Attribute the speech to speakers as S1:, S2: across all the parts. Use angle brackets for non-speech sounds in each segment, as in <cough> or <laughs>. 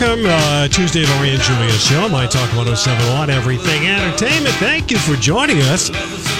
S1: uh, Tuesday, Lori and Julia show. My Talk 1071, Everything Entertainment. Thank you for joining us.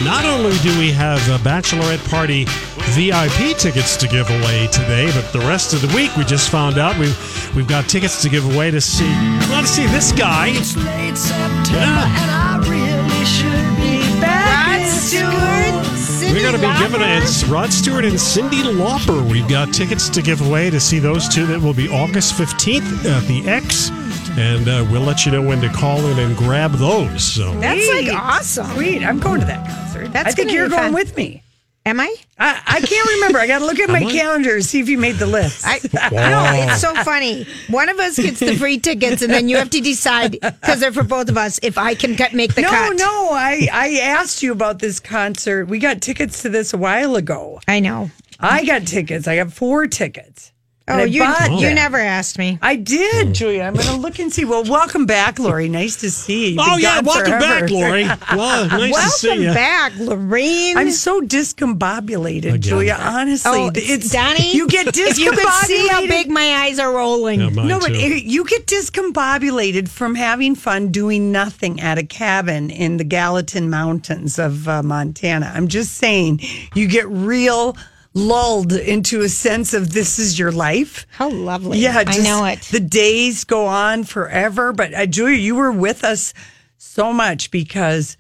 S1: Not only do we have a Bachelorette Party VIP tickets to give away today, but the rest of the week we just found out we've, we've got tickets to give away to see, well, to see this guy.
S2: It's late September
S1: Yeah.
S2: and I really should be back
S3: Rod
S2: in
S3: Stewart,
S2: school.
S3: Cyndi
S1: We're going to be giving
S3: Lauper.
S1: it's Rod Stewart and Cindy Lauper. We've got tickets to give away to see those two. That will be August 15th at the X. And uh, we'll let you know when to call in and grab those. So
S3: That's like
S2: Sweet.
S3: awesome.
S2: Sweet, I'm going to that concert.
S3: That's
S2: I think
S3: gonna
S2: you're
S3: be
S2: going
S3: fun.
S2: with me.
S3: Am I?
S2: I, I can't remember. I got to look at my
S1: <laughs> I?
S2: calendar and see if you made the list. <laughs>
S3: I, no, it's so funny. One of us gets the
S2: <laughs>
S3: free tickets, and then you have to decide because they're for both of us if I can cut, make the
S2: no,
S3: cut.
S2: no. I, I asked you about this concert. We got tickets to this a while ago.
S3: I know.
S2: I got tickets. I got four tickets. And
S3: Oh,
S2: I
S3: you
S2: bought
S3: you
S2: them.
S3: never asked me.
S2: I
S1: Oh.
S2: did, Julia. I'm going to look and see. Well, welcome back, Lori. Nice to see you. You've
S1: Oh
S2: been
S1: yeah,
S2: gone
S1: welcome back,
S2: forever. <laughs>
S1: Lori. Well, nice to see
S3: Welcome
S1: you.
S3: back, Lorraine.
S2: I'm so discombobulated,
S1: Again.
S2: Julia. Honestly,
S3: oh,
S2: it's
S3: Donnie.
S2: You get discombobulated.
S3: If you could see how big my eyes are rolling.
S1: Yeah, mine
S2: no, but
S1: too.
S2: it, you get discombobulated from having fun doing nothing at a cabin in the Gallatin Mountains of uh, Montana. I'm just saying, you get real lulled into a sense of this is your life.
S3: how lovely.
S2: Yeah,
S3: I
S2: just
S3: know it.
S2: The days go on forever. But uh, Julia, you were with us so much because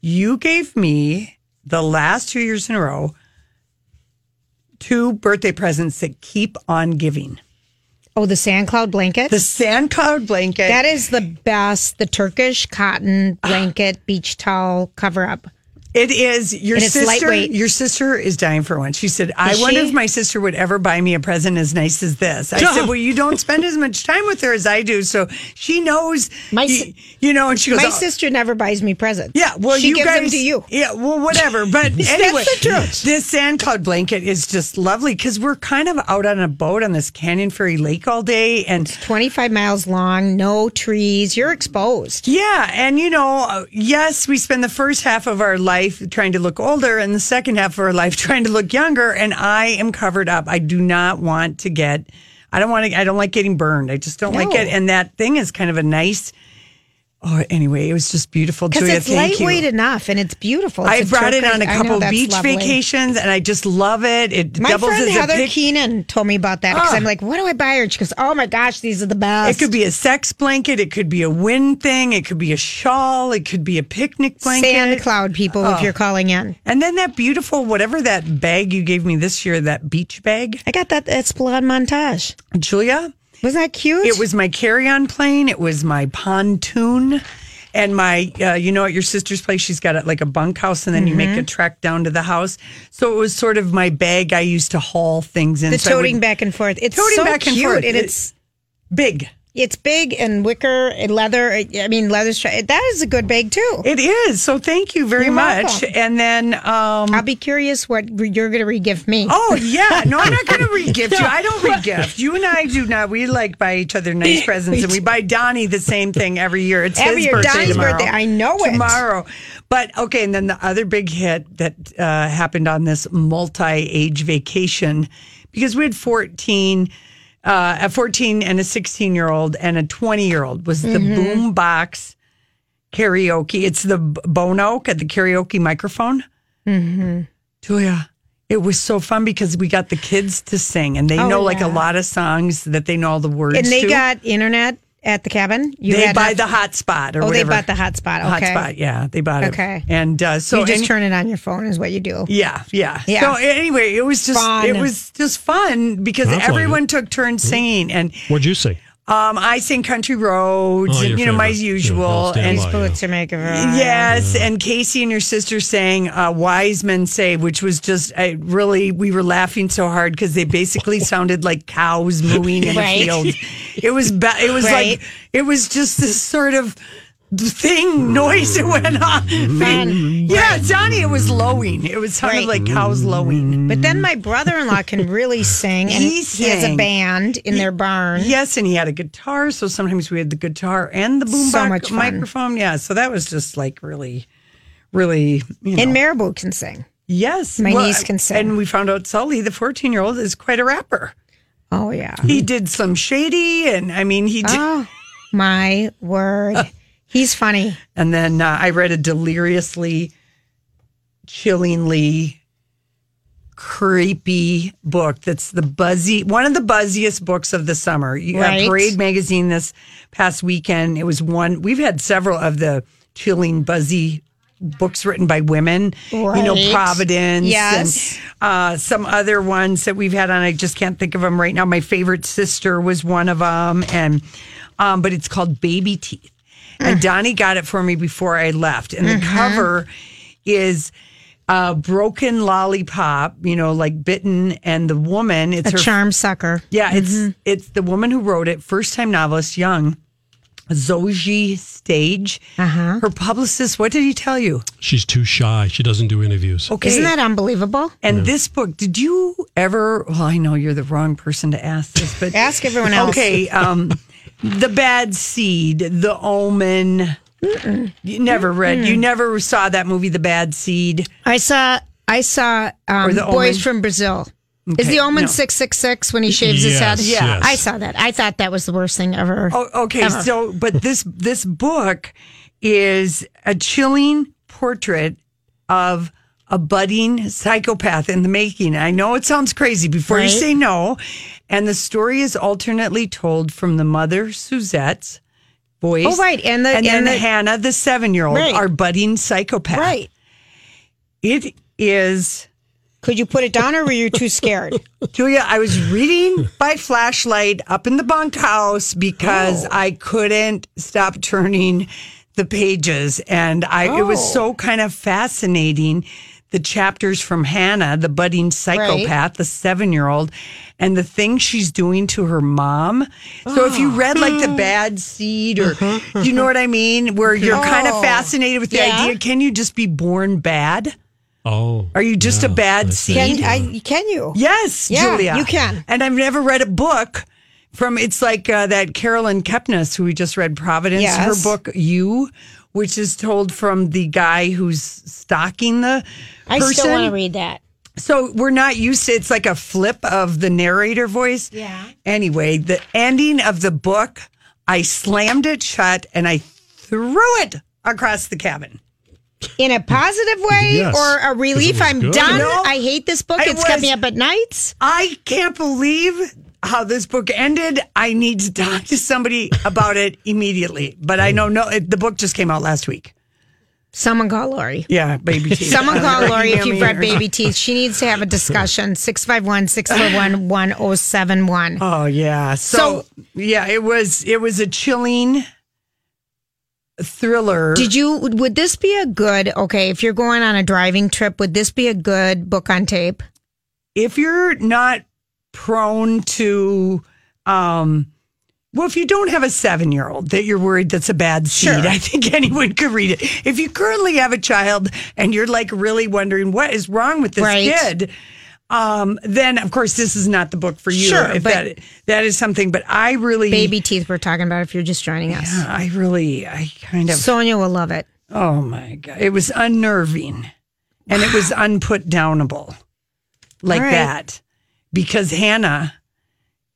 S2: you gave me the last two years in a row two birthday presents that keep on giving.
S3: oh, the sand cloud blanket.
S2: The sand cloud blanket.
S3: that is the best. The Turkish cotton
S2: Ah.
S3: blanket beach towel cover up.
S2: It is your
S3: And it's
S2: sister.
S3: lightweight.
S2: Your sister is dying for one. She said, "I
S3: Is
S2: wonder
S3: she?
S2: if my sister would ever buy me a present as nice as this." I
S3: <laughs>
S2: said, "Well, you don't spend as much time with her as I do, so she knows."
S3: My
S2: you,
S3: si-
S2: you know, and she goes,
S3: My
S2: "Oh,
S3: sister never buys me presents.
S2: Yeah, well,
S3: she
S2: you
S3: gives
S2: guys,
S3: them to you.
S2: Yeah,
S3: <laughs>
S2: well, whatever. But anyway,
S3: the truth.
S2: this sand cloud blanket is just lovely because we're kind of out on a boat on this Canyon Ferry Lake all day, and
S3: 25 miles long, no trees. You're exposed.
S2: yeah, and you know, uh, yes, we spend the first half of our life trying to look older, and the second half of our life <laughs> trying to look younger. And I am covered up. I do not want to get. I don't want to. I don't like getting burned. I just don't like
S3: No.
S2: it. And that thing is kind of a nice. Oh, anyway, it was just beautiful.
S3: Because
S2: Julia,
S3: it's
S2: thank you.
S3: lightweight enough and it's beautiful. It's
S2: I brought it
S3: turquoise-
S2: on a
S3: I know,
S2: couple
S3: that's
S2: beach
S3: lovely.
S2: vacations, and I just love it. It
S3: My
S2: doubles
S3: friend
S2: as
S3: Heather
S2: a pic-
S3: Keenan told me about that because
S2: Ah.
S3: I'm like, what do I buy her? And She goes, oh my gosh, these are the
S2: It
S3: best.
S2: could be a sex blanket. It could be a wind thing. It could be a shawl. It could be a picnic blanket. Oh.
S3: sand cloud people if you're calling in.
S2: And then that beautiful, whatever that bag you gave me this year, that beach bag,
S3: I got that Esplanade montage.
S2: Julia.
S3: Wasn't that cute?
S2: It was my carry-on plane. It was my pontoon, and my uh, you know at your sister's place she's got it like a bunkhouse, and then you
S3: Mm-hmm.
S2: make a trek down to the house. So it was sort of my bag I used to haul things in.
S3: the
S2: so I would-
S3: toting back and forth. It's
S2: Toting
S3: so
S2: back and
S3: cute
S2: forth.
S3: and
S2: It-
S3: it's
S2: big.
S3: it's big and wicker and leather. I mean, leather. stri- That is a good bag too.
S2: It is. So thank you very
S3: You're
S2: much.
S3: welcome.
S2: And then, um,
S3: I'll be curious what you're going to re-gift me.
S2: oh yeah, no, I'm not going to re-gift you. I don't re-gift. You and I do not. We like buy each
S3: <laughs>
S2: other nice presents, and we buy Donnie the same thing every year. It's
S3: Every
S2: his
S3: year,
S2: birthday
S3: Donnie's
S2: tomorrow.
S3: birthday. I know it.
S2: tomorrow. But okay, and then the other big hit that uh, happened on this multi-age vacation because we had 14. Uh, a 14 and a 16 year old and a 20 year old was the
S3: Mm-hmm.
S2: boom box karaoke. It's the B- Bono at the karaoke microphone.
S3: Mm-hmm.
S2: Julia, it was so fun because we got the kids to sing and they
S3: Oh,
S2: know like a
S3: yeah.
S2: lot of songs that they know all the words
S3: and they
S2: to.
S3: got internet at the cabin. You
S2: they
S3: had
S2: buy
S3: not-
S2: the hotspot or
S3: Oh,
S2: whatever.
S3: they bought the hotspot. Okay.
S2: hotspot. Yeah, they bought it.
S3: Okay.
S2: and uh, so
S3: you just
S2: any-
S3: turn it on your phone is what you do.
S2: Yeah, yeah,
S3: Yeah.
S2: So anyway, it was just
S3: Fun.
S2: it was just fun because
S1: Sounds like
S2: everyone
S1: it.
S2: took
S1: Hmm?
S2: turns singing and
S1: What'd you say?
S2: um, I sing country roads
S1: Oh,
S2: and
S1: your
S2: you know my
S1: favorite. Yeah,
S2: usual
S1: I'll stand
S2: and
S1: by. Oh, yeah.
S3: Boots are make uh, a
S2: Yes, and Casey and your sister sang uh, "Wise Men Say," which was just I really we were laughing so hard because they basically
S3: <laughs>
S2: sounded like cows mooing in
S3: Right.
S2: a field.
S3: <laughs>
S2: It was ba- it was
S3: Right.
S2: like it was just this sort of thing noise that went on.
S3: Fun.
S2: Yeah, Johnny, it was lowing. It was sounded
S3: Right. Mm-hmm.
S2: like cows lowing.
S3: But then my brother-in-law can really sing, and
S2: Mm. He
S3: he, has a
S2: sang.
S3: band in their barn.
S2: Yes, and he had a guitar, so sometimes we had the guitar and the boombox
S3: much fun.
S2: microphone. Yeah, so that was just like really, really. You know.
S3: And Marabou can sing.
S2: Yes,
S3: My niece can sing.
S2: And we found out Sully, the fourteen-year-old, is quite a rapper.
S3: Oh yeah.
S2: He did some shady, and I mean, he did,
S3: Oh, my word.
S2: Uh.
S3: He's funny.
S2: And then uh, I read a deliriously, chillingly creepy book that's the buzzy one of the buzziest books of the summer. You uh,
S3: Right.
S2: Parade magazine this past weekend. It was one we've had several of the chilling buzzy books written by women. You know,
S3: Right.
S2: Providence
S3: Yes.
S2: and uh, some other ones that we've had on. I just can't think of them right now. My favorite sister was one of them, and um, but it's called Baby Teeth.
S3: Mm.
S2: And Donnie got it for me before I left. And
S3: Mm-hmm.
S2: the cover is a broken lollipop, you know, like bitten, and the woman,
S3: A
S2: it's
S3: Mm-hmm.
S2: her
S3: charm sucker.
S2: yeah, it's it's the woman who wrote it, first time novelist, young, Zoji Stage.
S3: Uh-huh.
S2: Her publicist, what did he tell you?
S1: She's too shy. She doesn't do interviews.
S2: Okay.
S3: Isn't that unbelievable?
S2: and this book, did you ever? Well, I know you're the wrong person to ask this, but
S3: Ask everyone else.
S2: Okay, um, the bad seed, the omen. You never read. You never saw that movie, The Bad Seed.
S3: I saw I saw um,
S2: the
S3: Boys
S2: Omen.
S3: from Brazil. Is the Omen
S2: no.
S3: 666 when he shaves his head?
S1: Yes, Yeah. yes.
S3: I saw that. I thought that was the worst thing ever.
S2: Oh, okay. So, but this this book is a chilling portrait of a budding psychopath in the making. I know it sounds crazy. Before you
S3: Right.
S2: say no, and the story is alternately told from the mother Suzette's voice.
S3: Oh, right, and the-
S2: and, then
S3: and the-
S2: Hannah, the seven year old,
S3: Right.
S2: our budding psychopath. It is.
S3: Could you put it down or were you too
S2: <laughs>
S3: scared?
S2: Julia, I was reading by flashlight up in the bunkhouse because
S3: Oh.
S2: I couldn't stop turning the pages. And I it was
S3: Oh.
S2: so kind of fascinating. The chapters from Hannah, the budding psychopath, the seven year old, and the things she's doing to her mom. So if you read like
S3: Oh.
S2: the bad seed or do you know what I mean? Where you're kind of
S3: Mm-hmm, Oh.
S2: fascinated with the
S3: Yeah.
S2: idea, can you just be born bad?
S1: Oh.
S2: Are you just a bad seed?
S3: I, can you?
S2: Yes,
S3: Yeah,
S2: Julia.
S3: you can.
S2: And I've never read a book from, it's like uh, that Carolyn Kepnes, who we just read Providence,
S3: Yes.
S2: her book, You, which is told from the guy who's stalking the
S3: I
S2: person.
S3: still want to read that.
S2: So we're not used to it's like a flip of the narrator voice.
S3: Yeah.
S2: Anyway, the ending of the book, I slammed it shut and I threw it across the cabin.
S3: In a positive way
S1: Yes,
S3: or a
S1: 'cause it
S3: relief?
S1: was
S3: I'm
S1: good.
S3: done.
S2: No.
S3: I hate this book.
S2: I
S3: it's kept
S2: was-
S3: me up at nights.
S2: I can't believe how this book ended. I need to talk to somebody about it immediately. But I know no, it, the book just came out last week.
S3: Someone call
S2: <laughs>
S3: Lori.
S2: Yeah, baby. teeth.
S3: Someone call Lori if you've read
S2: Yummy.
S3: Baby Teeth. She needs to have a
S2: <laughs>
S3: discussion. 651 641 1071.
S2: Oh yeah. So, yeah, it was it was a chilling thriller.
S3: Did you, would this be a good, okay, if you're going on a driving trip, would this be a good book on tape?
S2: if you're not prone to um well, if you don't have a seven year old that you're worried that's a bad seed, I think <laughs> anyone could read it. If you currently have a child and you're like really wondering what is wrong with this
S3: Right.
S2: kid, um, then of course this is not the book for you.
S3: Sure,
S2: if
S3: but-
S2: that that is something, but I really
S3: Baby Teeth, we're talking about if you're just joining us.
S2: I really I kind of
S3: Sonia will love it.
S2: oh my god. It was unnerving and it was unput downable like
S3: All right.
S2: that. Because Hannah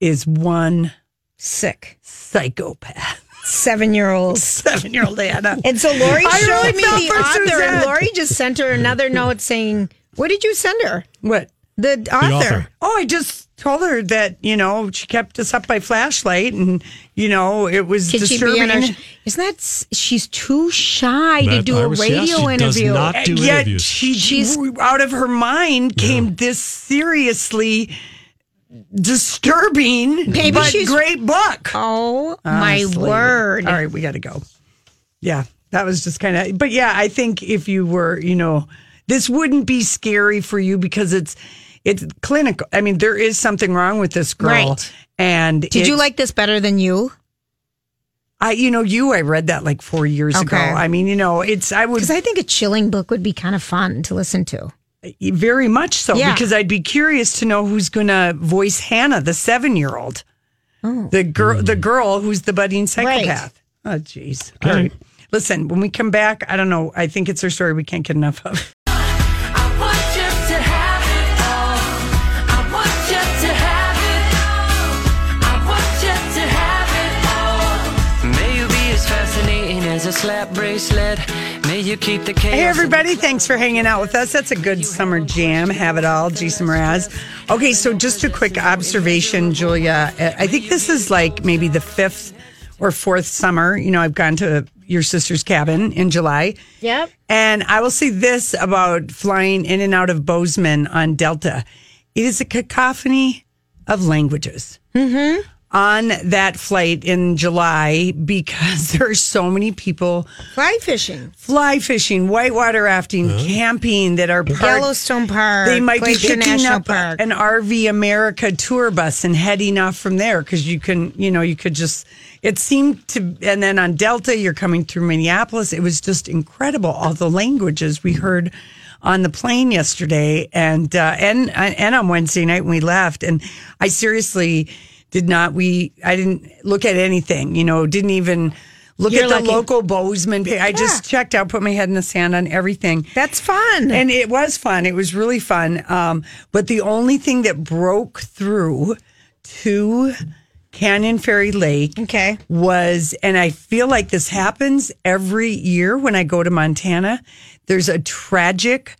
S2: is one
S3: Sick.
S2: psychopath. <laughs>
S3: Seven year old.
S2: Seven year old Anna.
S3: And so Lori
S2: I
S3: showed
S2: really
S3: me
S2: felt
S3: the
S2: for
S3: author,
S2: Suzanne.
S3: and Lori just sent her another note saying, What did you send her?
S2: What?
S3: The author.
S1: author.
S2: Oh, I just told her that, you know, she kept us up by flashlight and, you know, it was
S3: Can she be
S2: disturbing.
S3: in our? Isn't that s- she's too shy to
S1: That
S3: do a
S1: Iris, yes,
S3: radio
S1: she does
S3: interview?
S1: not-
S2: And
S1: Do
S2: Yet
S1: interviews.
S2: she,
S3: She's-
S2: out of her mind came this seriously disturbing
S3: Maybe
S2: but
S3: she's-
S2: great book.
S3: Oh my
S2: Honestly.
S3: word!
S2: All right, we got to go. Yeah, that was just kind of, but yeah, I think if you were, you know, this wouldn't be scary for you because it's, it's clinical. I mean, there is something wrong with this girl.
S3: Right.
S2: And
S3: Did you
S2: it's-
S3: like this better than you?
S2: I, you know, you, I read that like four years ago.
S3: Okay.
S2: I mean, you know, it's, I would
S3: Because I think a chilling book would be kind of fun to listen to.
S2: very much so
S3: Yeah.
S2: because I'd be curious to know who's going to voice Hannah, the seven year old, the girl, the girl who's the budding psychopath. Oh, jeez. All right. Listen, when we come back, I don't know. I think it's her story we can't get enough of.
S4: I want you to have it all. I want you to have it all. I want you to have it all.
S5: Maybe clap bracelet. May you keep the chaos.
S2: Hey, everybody. Thanks for hanging out with us. That's a good summer jam. Have it all, Jason Mraz. Okay, so just a quick observation, Julia. Uh, I think this is like maybe the fifth or fourth summer. You know, I've gone to your sister's cabin in July.
S3: Yep.
S2: And I will say this about flying in and out of Bozeman on Delta it is a cacophony of languages on that flight in July because <laughs> there are so many people
S3: Fly fishing,
S2: fly fishing, whitewater rafting, camping that are part,
S3: Yellowstone Park,
S2: They might be
S3: Glacier
S2: picking
S3: National
S2: up
S3: Park.
S2: an RV America tour bus and heading off from there because you can, you know, you could just. It seemed to, and then on Delta, you're coming through Minneapolis. It was just incredible all the languages we heard on the plane yesterday, and uh, and and on Wednesday night when we left, and I seriously did not. We I didn't look at anything, you know, didn't even. Look
S3: You're
S2: at the
S3: lucky.
S2: local Bozeman. pa- I just
S3: Yeah.
S2: checked out, put my head in the sand on everything.
S3: That's fun.
S2: And it was fun. It was really fun. Um, but the only thing that broke through to Canyon Ferry Lake
S3: Okay.
S2: was, and I feel like this happens every year when I go to Montana, there's a tragic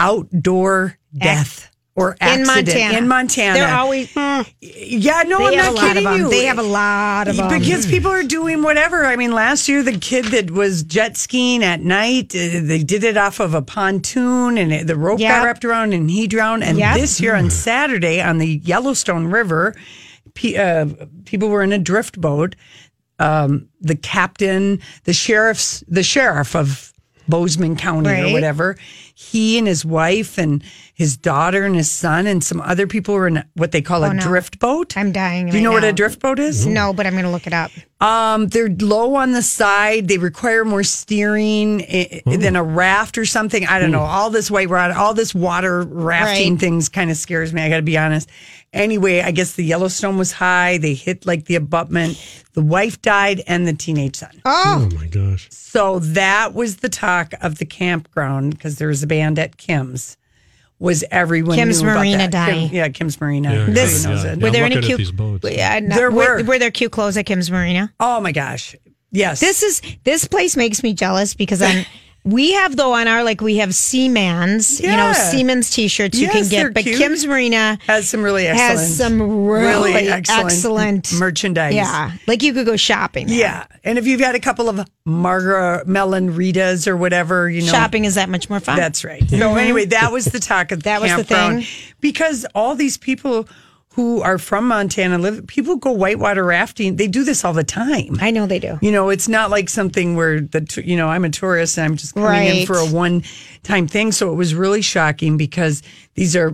S2: outdoor death. Or
S3: in
S2: accident
S3: Montana.
S2: in Montana.
S3: They're always.
S2: yeah, no,
S3: They have
S2: I'm not
S3: a lot of
S2: kidding
S3: them.
S2: you.
S3: They have a lot of them.
S2: Because people are doing whatever. I mean, last year the kid that was jet skiing at night, uh, they did it off of a pontoon, and it, the rope
S3: Yep.
S2: got wrapped around, and he drowned. And
S3: Yep.
S2: this year on Saturday on the Yellowstone River, pe- uh, people were in a drift boat. Um, the captain, the sheriff's, the sheriff of Bozeman County or
S3: Right.
S2: whatever, he and his wife and his daughter and his son and some other people were in what they call a drift boat.
S3: Oh, I'm dying
S2: Do you
S3: right
S2: know what
S3: now.
S2: a drift boat is?
S3: no, but I'm going to look it up.
S2: Um, they're low on the side. They require more steering eh, than a raft or something. I don't know. All this white rod, all this water rafting
S3: Right.
S2: things kind of scares me. I got to be honest. Anyway, I guess the Yellowstone was high. They hit like the abutment. The wife died and the teenage son.
S1: Oh my gosh.
S2: So that was the talk of the campground because there was a band at Kim's. Was everyone
S3: Kim's
S2: knew about
S3: Marina
S2: that. Kim-
S3: dying.
S2: yeah, Kim's Marina.
S1: Yeah,
S2: Everybody
S1: yeah,
S2: knows
S1: yeah.
S2: it.
S1: I'm
S3: there any
S1: looking at
S3: cute-
S1: these boats.
S3: Yeah, no,
S2: There
S3: were.
S2: were.
S3: were there cute clothes at Kim's Marina?
S2: Oh my gosh! Yes,
S3: This is this place makes me jealous because
S2: <laughs>
S3: I'm. We have though on our like we have Seaman's, you know,
S2: Yeah.
S3: Seaman's t-shirts you
S2: Yes,
S3: can
S2: they're
S3: get, but
S2: cute.
S3: Kim's Marina
S2: has some really excellent,
S3: has some really, excellent,
S2: merchandise.
S3: Yeah, like you could go shopping. there.
S2: yeah. And if you've got a couple of Margaret Melon Ritas or whatever, you know,
S3: shopping is that much more fun.
S2: That's right. So anyway, that was the talk of
S3: <laughs> That was the
S2: campground.
S3: thing.
S2: because all these people who are from Montana live. People go whitewater rafting. They do this all the time.
S3: I know they do.
S2: You know, it's not like something where the t- you know I'm a tourist and I'm just coming in
S3: Right.
S2: for a one time thing. So it was really shocking because these are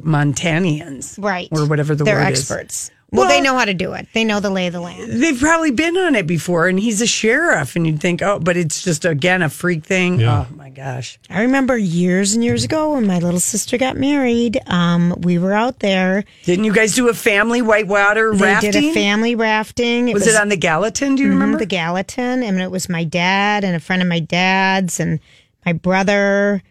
S2: Montanians,
S3: Right.
S2: or whatever the
S3: They're
S2: word is.
S3: experts. Well, they
S2: Well-
S3: know how to do it. They know the lay of the land.
S2: they've probably been on it before and he's a sheriff and you'd think oh but it's just again a freak thing
S1: Yeah.
S2: oh my gosh
S3: I remember years and years ago when my little sister got married, um, we were out there.
S2: didn't you guys do a family whitewater
S3: They
S2: rafting
S3: did a family rafting. It
S2: was, it on the gallatin do you remember
S3: the Gallatin? And it was my dad and a friend of my dad's and my brother,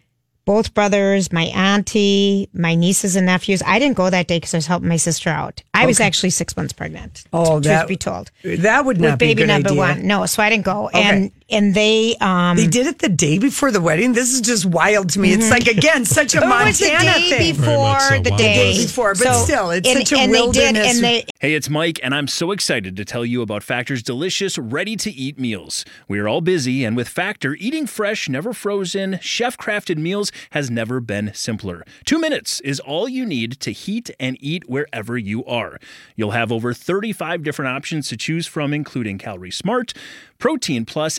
S3: both brothers, my auntie, my nieces and nephews. I didn't go that day because I was helping my sister out. I was actually six months pregnant.
S2: Oh,
S3: truth
S2: that-
S3: be told,
S2: that would not
S3: with
S2: be a
S3: baby
S2: good
S3: number
S2: idea.
S3: one. No, so I didn't go. And and they um
S2: they did it the day before the wedding this is just wild to me it's like again such a
S3: Mm-hmm. Oh, It
S2: montana
S3: was the day
S2: thing
S1: Very
S3: before
S1: much so,
S3: the
S1: wow.
S3: day
S1: The day
S2: before, but still, it's
S3: and,
S2: such a
S3: and They did,
S2: wilderness.
S3: and they
S6: Hey, it's Mike, and I'm so excited to tell you about Factor's delicious, ready to eat meals. We are all busy, and with Factor, eating fresh, never frozen, chef crafted meals has never been simpler. Two minutes is all you need to heat and eat wherever you are. You'll have over 35 different options to choose from, including Calorie Smart, Protein Plus,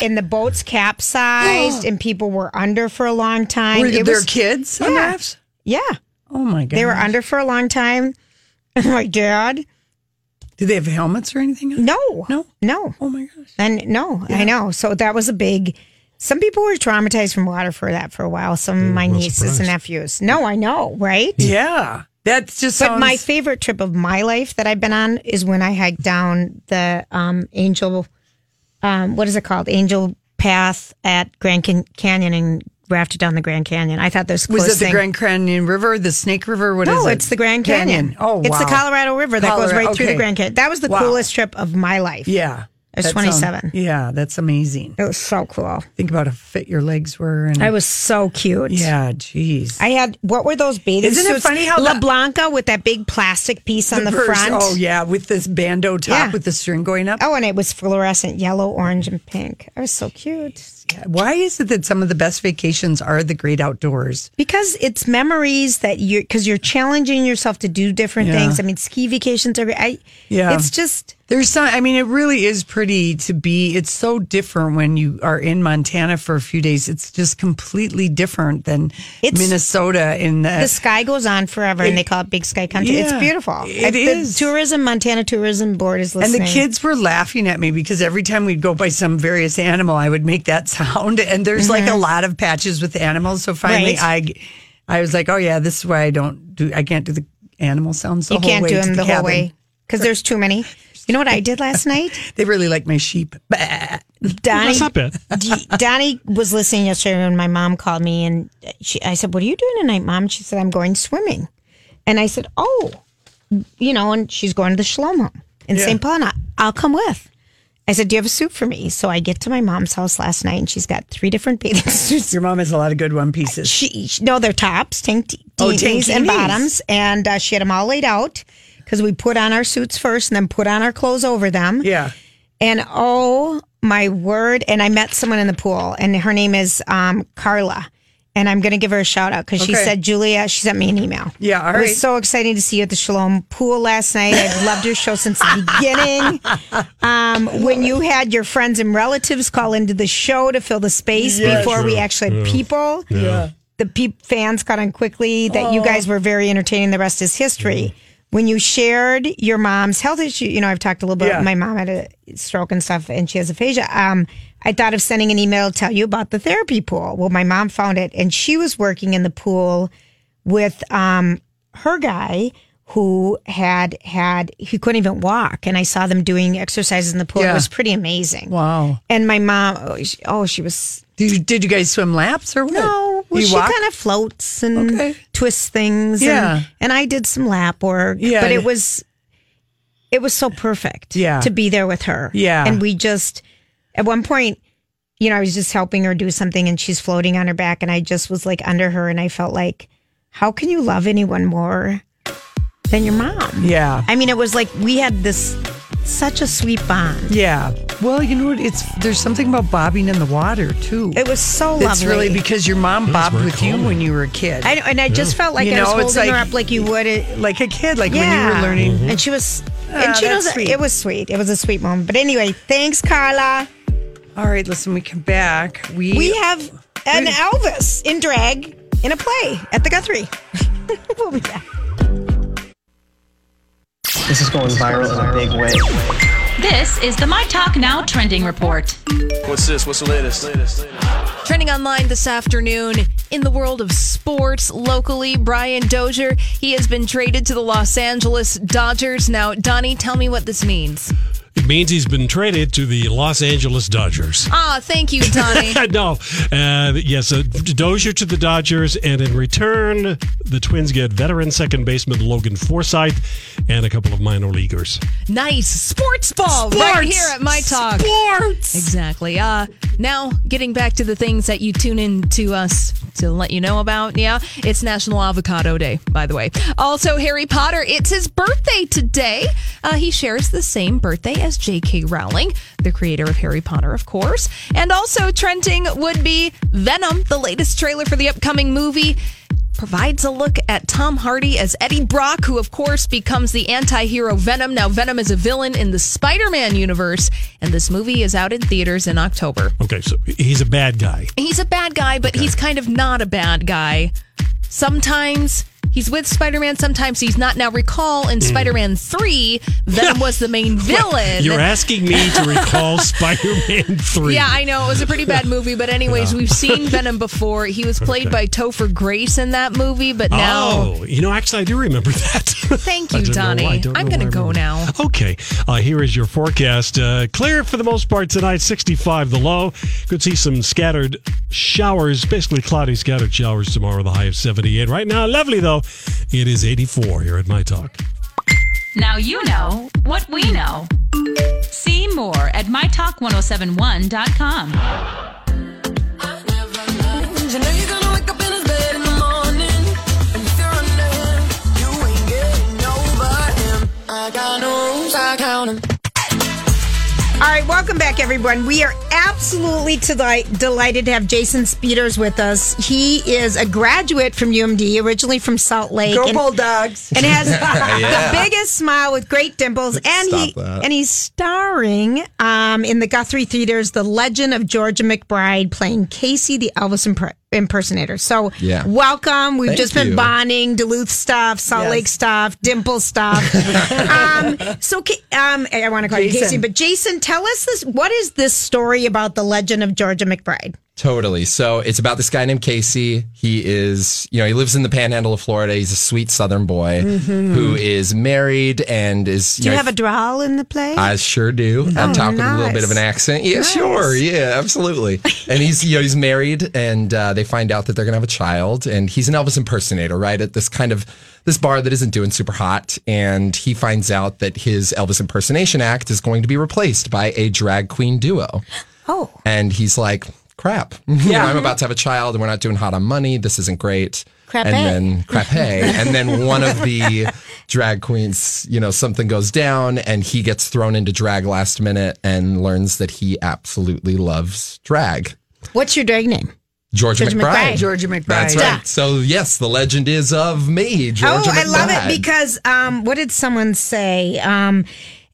S3: And the boats
S2: <gasps>
S3: capsized, and people were under for a long time.
S2: Were
S3: It
S2: there
S3: was-
S2: kids on
S3: Yeah.
S2: rafts?
S3: Yeah,
S2: Oh my god!
S3: they were under for a long time. <laughs> my dad,
S2: Did they have helmets or anything? on?
S3: no,
S2: No?
S3: no,
S2: Oh my gosh!
S3: and no, I know. So that was a big. Some people were traumatized from water for that for a while. Some of my
S1: well
S3: nieces and
S1: surprised.
S3: nephews. No, I know, right?
S2: Mm, Yeah, that's just.
S3: But my
S2: sounds-
S3: favorite trip of my life that I've been on is when I hiked down the um, Angel, um, what is it called? Angel Path at Grand Can- Canyon and rafted down the Grand Canyon. I thought this
S2: was
S3: closest
S2: it the
S3: thing.
S2: Grand Canyon River, the Snake River? What is
S3: no,
S2: it?
S3: it's the Grand Canyon.
S2: Oh, wow.
S3: it's the Colorado River that goes
S2: Colorado-
S3: right through the
S2: okay.
S3: Grand Canyon. That was the
S2: Wow.
S3: coolest trip of my life. was
S2: Yeah, That sounds-
S3: 27.
S2: yeah, that's amazing.
S3: It was so cool.
S2: Think about how fit your legs were, and
S3: I was so cute.
S2: yeah, jeez.
S3: I had what were those bathing
S2: Isn't it
S3: suits?
S2: funny how
S3: La
S2: the-
S3: Blanca with that big plastic piece on the,
S2: purse,
S3: front.
S2: Oh yeah, with this bandeau top
S3: Yeah.
S2: with the string going up.
S3: Oh, and it was fluorescent yellow, orange, and pink. It was so cute.
S2: Why is it that some of the best vacations are the great outdoors?
S3: Because it's memories that you're, because you're challenging yourself to do different
S2: Yeah.
S3: things. I mean, ski vacations are, I,
S2: Yeah.
S3: it's just,
S2: There's some, I mean, it really is pretty to be. It's so different when you are in Montana for a few days. It's just completely different than
S3: It's-
S2: Minnesota in the.
S3: the sky goes on forever and they call it big sky country.
S2: Yeah,
S3: it's beautiful.
S2: it
S3: I- the
S2: is.
S3: tourism, Montana Tourism Board is
S2: and
S3: listening.
S2: the kids were laughing at me because every time we'd go by some various animal, I would make that <laughs> sound. And there's like a
S3: Mm-hmm.
S2: lot of patches with animals. So finally, I, I was like, oh yeah, this is why I don't do. I can't do the animal sounds. The
S3: you
S2: whole
S3: can't
S2: way
S3: do
S2: to
S3: them the, whole
S2: cabin.
S3: way because there's too many. You know what I did last
S2: <laughs>
S3: night?
S2: They really like my sheep. Bah.
S3: Donnie,
S1: That's not bad.
S3: <laughs> D- Donnie was listening yesterday when my mom called me and she, I said, What are you doing tonight, mom? She said, I'm going swimming. And I said, Oh, you know, and she's going to the Shalom home in
S2: Yeah.
S3: St. Paul. And I, I'll come with. I said, Do you have a suit for me? So I get to my mom's house last night and she's got three different bathing <laughs> suits.
S2: Your mom has a lot of good one pieces.
S3: She, she- no, they're tops, tank t-
S2: Oh,
S3: teenies
S2: tankinis.
S3: and bottoms. And uh, she had them all laid out because we put on our suits first and then put on our clothes over them.
S2: Yeah.
S3: And oh my word. And I met someone in the pool, and her name is um, Carla. And I'm going to give her a shout out because she
S2: Okay.
S3: said, Julia, she sent me an email.
S2: Yeah, all
S3: It
S2: right.
S3: was so exciting to see you at the Shalom pool last night. I've loved your show since the
S2: <laughs>
S3: beginning. Um, when you had your friends and relatives call into the show to fill the space before we
S1: True.
S3: actually had
S1: Yeah.
S3: people,
S1: Yeah.
S3: the peep fans caught on quickly that
S2: Oh.
S3: you guys were very entertaining. The rest is history.
S2: Mm-hmm.
S3: When you shared your mom's health issue, you know, I've talked a little bit.
S2: Yeah.
S3: My mom had a stroke and stuff, and she has aphasia. Um, I thought of sending an email to tell you about the therapy pool. Well, my mom found it, and she was working in the pool with um, her guy who had had he couldn't even walk and i saw them doing exercises in the pool
S2: Yeah.
S3: it was pretty amazing
S2: Wow.
S3: and my mom oh she, oh, she was
S2: Did you, did you guys swim laps or what?
S3: no, well,
S2: you
S3: she
S2: walk?
S3: kind of floats and
S2: Okay.
S3: twists things.
S2: Yeah.
S3: and, and I did some lap work.
S2: Yeah.
S3: but it was it was so perfect.
S2: Yeah.
S3: to be there with her.
S2: Yeah.
S3: and we just at one point, you know, I was just helping her do something, and she's floating on her back, and I just was like under her, and I felt like, how can you love anyone more than your mom?
S2: Yeah.
S3: I mean, it was like we had this such a sweet bond.
S2: Yeah. Well, you know what? It's there's something about bobbing in the water too.
S3: It was so
S2: It's
S3: lovely.
S2: really because your mom
S1: That's
S2: bobbed
S1: very
S2: with you
S1: calming.
S2: when you were a kid,
S3: I, and I just felt like
S2: You
S3: I was
S2: know,
S3: holding
S2: it's
S3: her
S2: like-
S3: up like you would at,
S2: like a kid, like when you were learning.
S3: And she was,
S2: Ah,
S3: and she
S2: that's
S3: knows
S2: sweet.
S3: it was sweet. It was a sweet moment. But anyway, thanks, Carla.
S2: All right, listen, we come back. We,
S3: We have an
S2: We-
S3: Elvis in drag in a play at the Guthrie.
S2: <laughs>
S3: we'll be back.
S7: This is going viral in a big way.
S8: This is the My Talk Now trending report.
S9: What's this? What's the latest?
S10: Trending online this afternoon in the world of sports locally, Brian Dozier, he has been traded to the Los Angeles Dodgers. Now, Donnie, tell me what this means.
S1: It means he's been traded to the Los Angeles Dodgers.
S10: Ah, thank you,
S1: <laughs>
S10: Tony.
S1: no, uh, yes, uh, Dozier to the Dodgers, and in return, the Twins get veteran second baseman Logan Forsyth and a couple of minor leaguers.
S10: nice sports ball right
S1: Sports!
S10: here at my talk.
S1: Sports!
S10: Exactly. Uh, now, getting back to the things that you tune in to us to let you know about. Yeah, it's National Avocado Day, by the way. Also, Harry Potter, it's his birthday today. Uh, he shares the same birthday as J.K. Rowling, the creator of Harry Potter, of course. And also, trending would be Venom, the latest trailer for the upcoming movie provides a look at Tom Hardy as Eddie Brock, who, of course, becomes the anti hero Venom. Now, Venom is a villain in the Spider Man universe, and this movie is out in theaters in October.
S1: Okay, so he's a bad guy.
S10: He's a bad guy, but he's kind of not a bad guy. Sometimes. He's with Spider Man, sometimes he's not. Now, recall
S1: Mm.
S10: in Spider Man 3, Venom was the
S1: <laughs>
S10: main villain.
S1: You're asking me to recall <laughs> Spider Man 3.
S10: Yeah, I know. It was a pretty bad movie, but anyways, we've seen
S1: <laughs>
S10: Venom before. He was played by Topher Grace in that movie, but now
S1: Oh, you know, actually, I do remember <laughs> that.
S10: thank
S1: I
S10: you,
S1: don't know why- I
S10: Donnie.
S1: don't
S10: I'm
S1: know
S10: gonna
S1: why I
S10: go
S1: remember.
S10: now.
S1: Okay. Uh, here is your forecast. Uh, clear for the most part tonight, 65 the low. Could see some scattered showers, basically cloudy scattered showers tomorrow, the high of 78. Right now, lovely though, it is 84 here at My Talk.
S8: Now you know what we know. See more at mytalk1071.com.
S4: You know you're gonna wake up in his bed in the morning and you feel under him. You ain't getting over him. I got no rules, I count 'em.
S3: All right, welcome back, everyone. We are absolutely delight- delighted to have Jason Speeders with us. He is a graduate from UMD, originally from Salt Lake.
S2: Go
S3: and-
S2: Bulldogs.
S3: and has
S11: <laughs> Yeah.
S3: the biggest smile with great dimples. And
S11: Stop
S3: he
S11: that.
S3: and he's starring um, in the Guthrie Theater's The Legend of Georgia McBride, playing Casey the Elvis imper- impersonator. So
S11: Yeah.
S3: welcome. We've
S11: Thank
S3: just been
S11: you.
S3: bonding Duluth stuff, Salt
S2: Yes.
S3: Lake stuff, dimple
S2: <laughs>
S3: stuff. um, so Ca- um, I I want to call you Casey,
S2: Jason.
S3: but Jason, tell us this. What is this story about The Legend of Georgia McBride?
S11: Totally. So it's about this guy named Casey. He is, you know, he lives in the panhandle of Florida. He's a sweet southern boy who is married and is,
S3: Do you have a drawl in the play?
S11: I sure do. I'm talking with a little bit of an
S3: Oh, nice.
S11: accent. Yeah, sure. Yeah, absolutely. And he's you know he's married, and uh, they find out that they're gonna have a child, and he's an Elvis impersonator, right? At this kind of this bar that isn't doing super hot, and he finds out that his Elvis impersonation act is going to be replaced by a drag queen duo.
S3: <gasps> Oh.
S11: and he's like, "Crap! <laughs> Yeah, I'm about to have a child, and we're not doing hot on money. This isn't great."
S3: Crappé.
S11: And then crape, and then one of the drag queens, you know, something goes down, and he gets thrown into drag last minute, and learns that he absolutely loves drag.
S3: What's your drag name?
S11: Georgia,
S3: Georgia
S11: McBride.
S3: McBride.
S2: Georgia McBride.
S11: That's right. So yes, the legend is of me, Georgia
S3: oh, I love it
S11: McBride.
S3: because um, what did someone say? Um,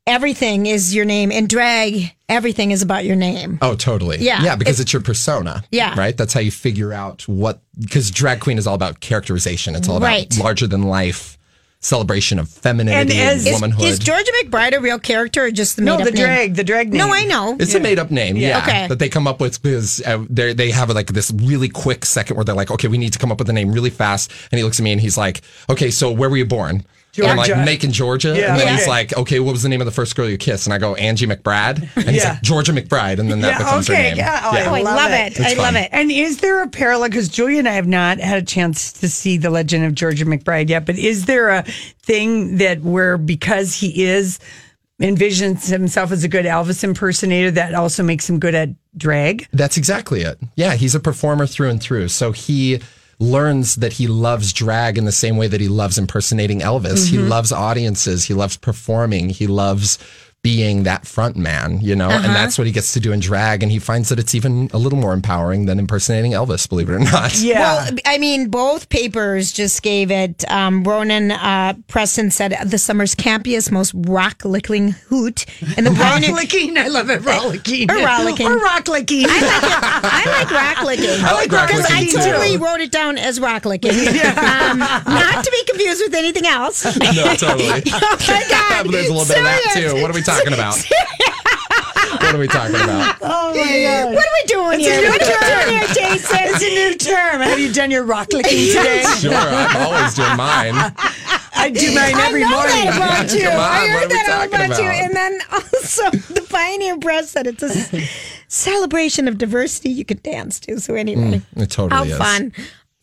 S3: everything is your name, and drag everything is about your name.
S11: Oh, totally.
S3: Yeah.
S11: Yeah, because it's your persona.
S3: Yeah.
S11: Right? That's how you figure out what, because drag queen is all about characterization. It's all about
S3: Right.
S11: larger than life celebration of femininity
S2: And
S11: and,
S2: as- is-
S11: womanhood.
S3: Is Georgia McBride a real character or just the
S2: No,
S3: made-up
S2: the
S3: name?
S2: drag, the drag name.
S3: No, I know.
S11: it's a made up name, yeah,
S3: Okay.
S11: that they come up with because uh, they they have like this really quick second where they're like, okay, we need to come up with a name really fast. And he looks at me and he's like, okay, so where were you born? And I'm like
S2: Georgia.
S11: Macon, Georgia,
S2: Yeah.
S11: and then
S2: Yeah.
S11: he's like, okay, what was the name of the first girl you kissed? And I go Angie McBride, and he's
S2: Yeah.
S11: like Georgia McBride, and then that
S2: Yeah,
S11: becomes her
S2: okay.
S11: name.
S2: Yeah, oh,
S3: Oh, I
S2: Love
S3: love
S2: it.
S3: it. I
S11: It's
S3: love
S11: fun.
S3: it.
S2: And is there a parallel? Because Julia and I have not had a chance to see The Legend of Georgia McBride yet, but is there a thing that where because he is envisions himself as a good Elvis impersonator that also makes him good at drag?
S11: That's exactly it. Yeah, he's a performer through and through. So he learns that he loves drag in the same way that he loves impersonating Elvis.
S3: Mm-hmm.
S11: He loves audiences, he loves performing, he loves being that front man, you know?
S3: Uh-huh.
S11: And that's what he gets to do in drag and he finds that it's even a little more empowering than impersonating Elvis, believe it
S3: <laughs>
S11: or not.
S2: Yeah.
S3: Well, I mean, both papers just gave it. Um, Ronan uh, Preston said the summer's campiest, most rock licking hoot,
S11: <laughs>
S3: and the Ronan.
S2: Rollicking, I love it. Rollicking.
S3: Or rollicking.
S2: Or rocklicking.
S3: I like, I like rock licking.
S11: <laughs> I like rock
S3: Because I
S11: licking,
S3: totally wrote it down as rock
S11: <laughs>
S3: licking. Um, not to be confused with anything else.
S11: <laughs> no, totally.
S3: Oh my God.
S11: But <laughs> there's a little bit of that
S3: Serious.
S11: too. What are we talking about?
S3: <laughs>
S11: what are we talking about?
S2: Oh my God.
S3: What are we doing
S2: a
S3: here?
S2: new
S3: What are we doing
S2: term.
S3: here, Jason?
S2: It's a new term. Have you done your rocklicking today?
S11: Sure, I'm always doing mine.
S2: I do
S3: <laughs>
S2: mine
S3: I
S2: every
S3: know
S2: morning.
S3: That
S11: <laughs>
S3: about you.
S2: Come on,
S3: I
S2: what are
S3: heard
S2: we
S3: that
S2: talking
S3: about, you.
S2: about?
S3: And then also <laughs> the Pioneer Press said it's a s- celebration of diversity you could dance to. So anyway,
S11: Mm, it totally
S3: how
S11: is.
S3: fun.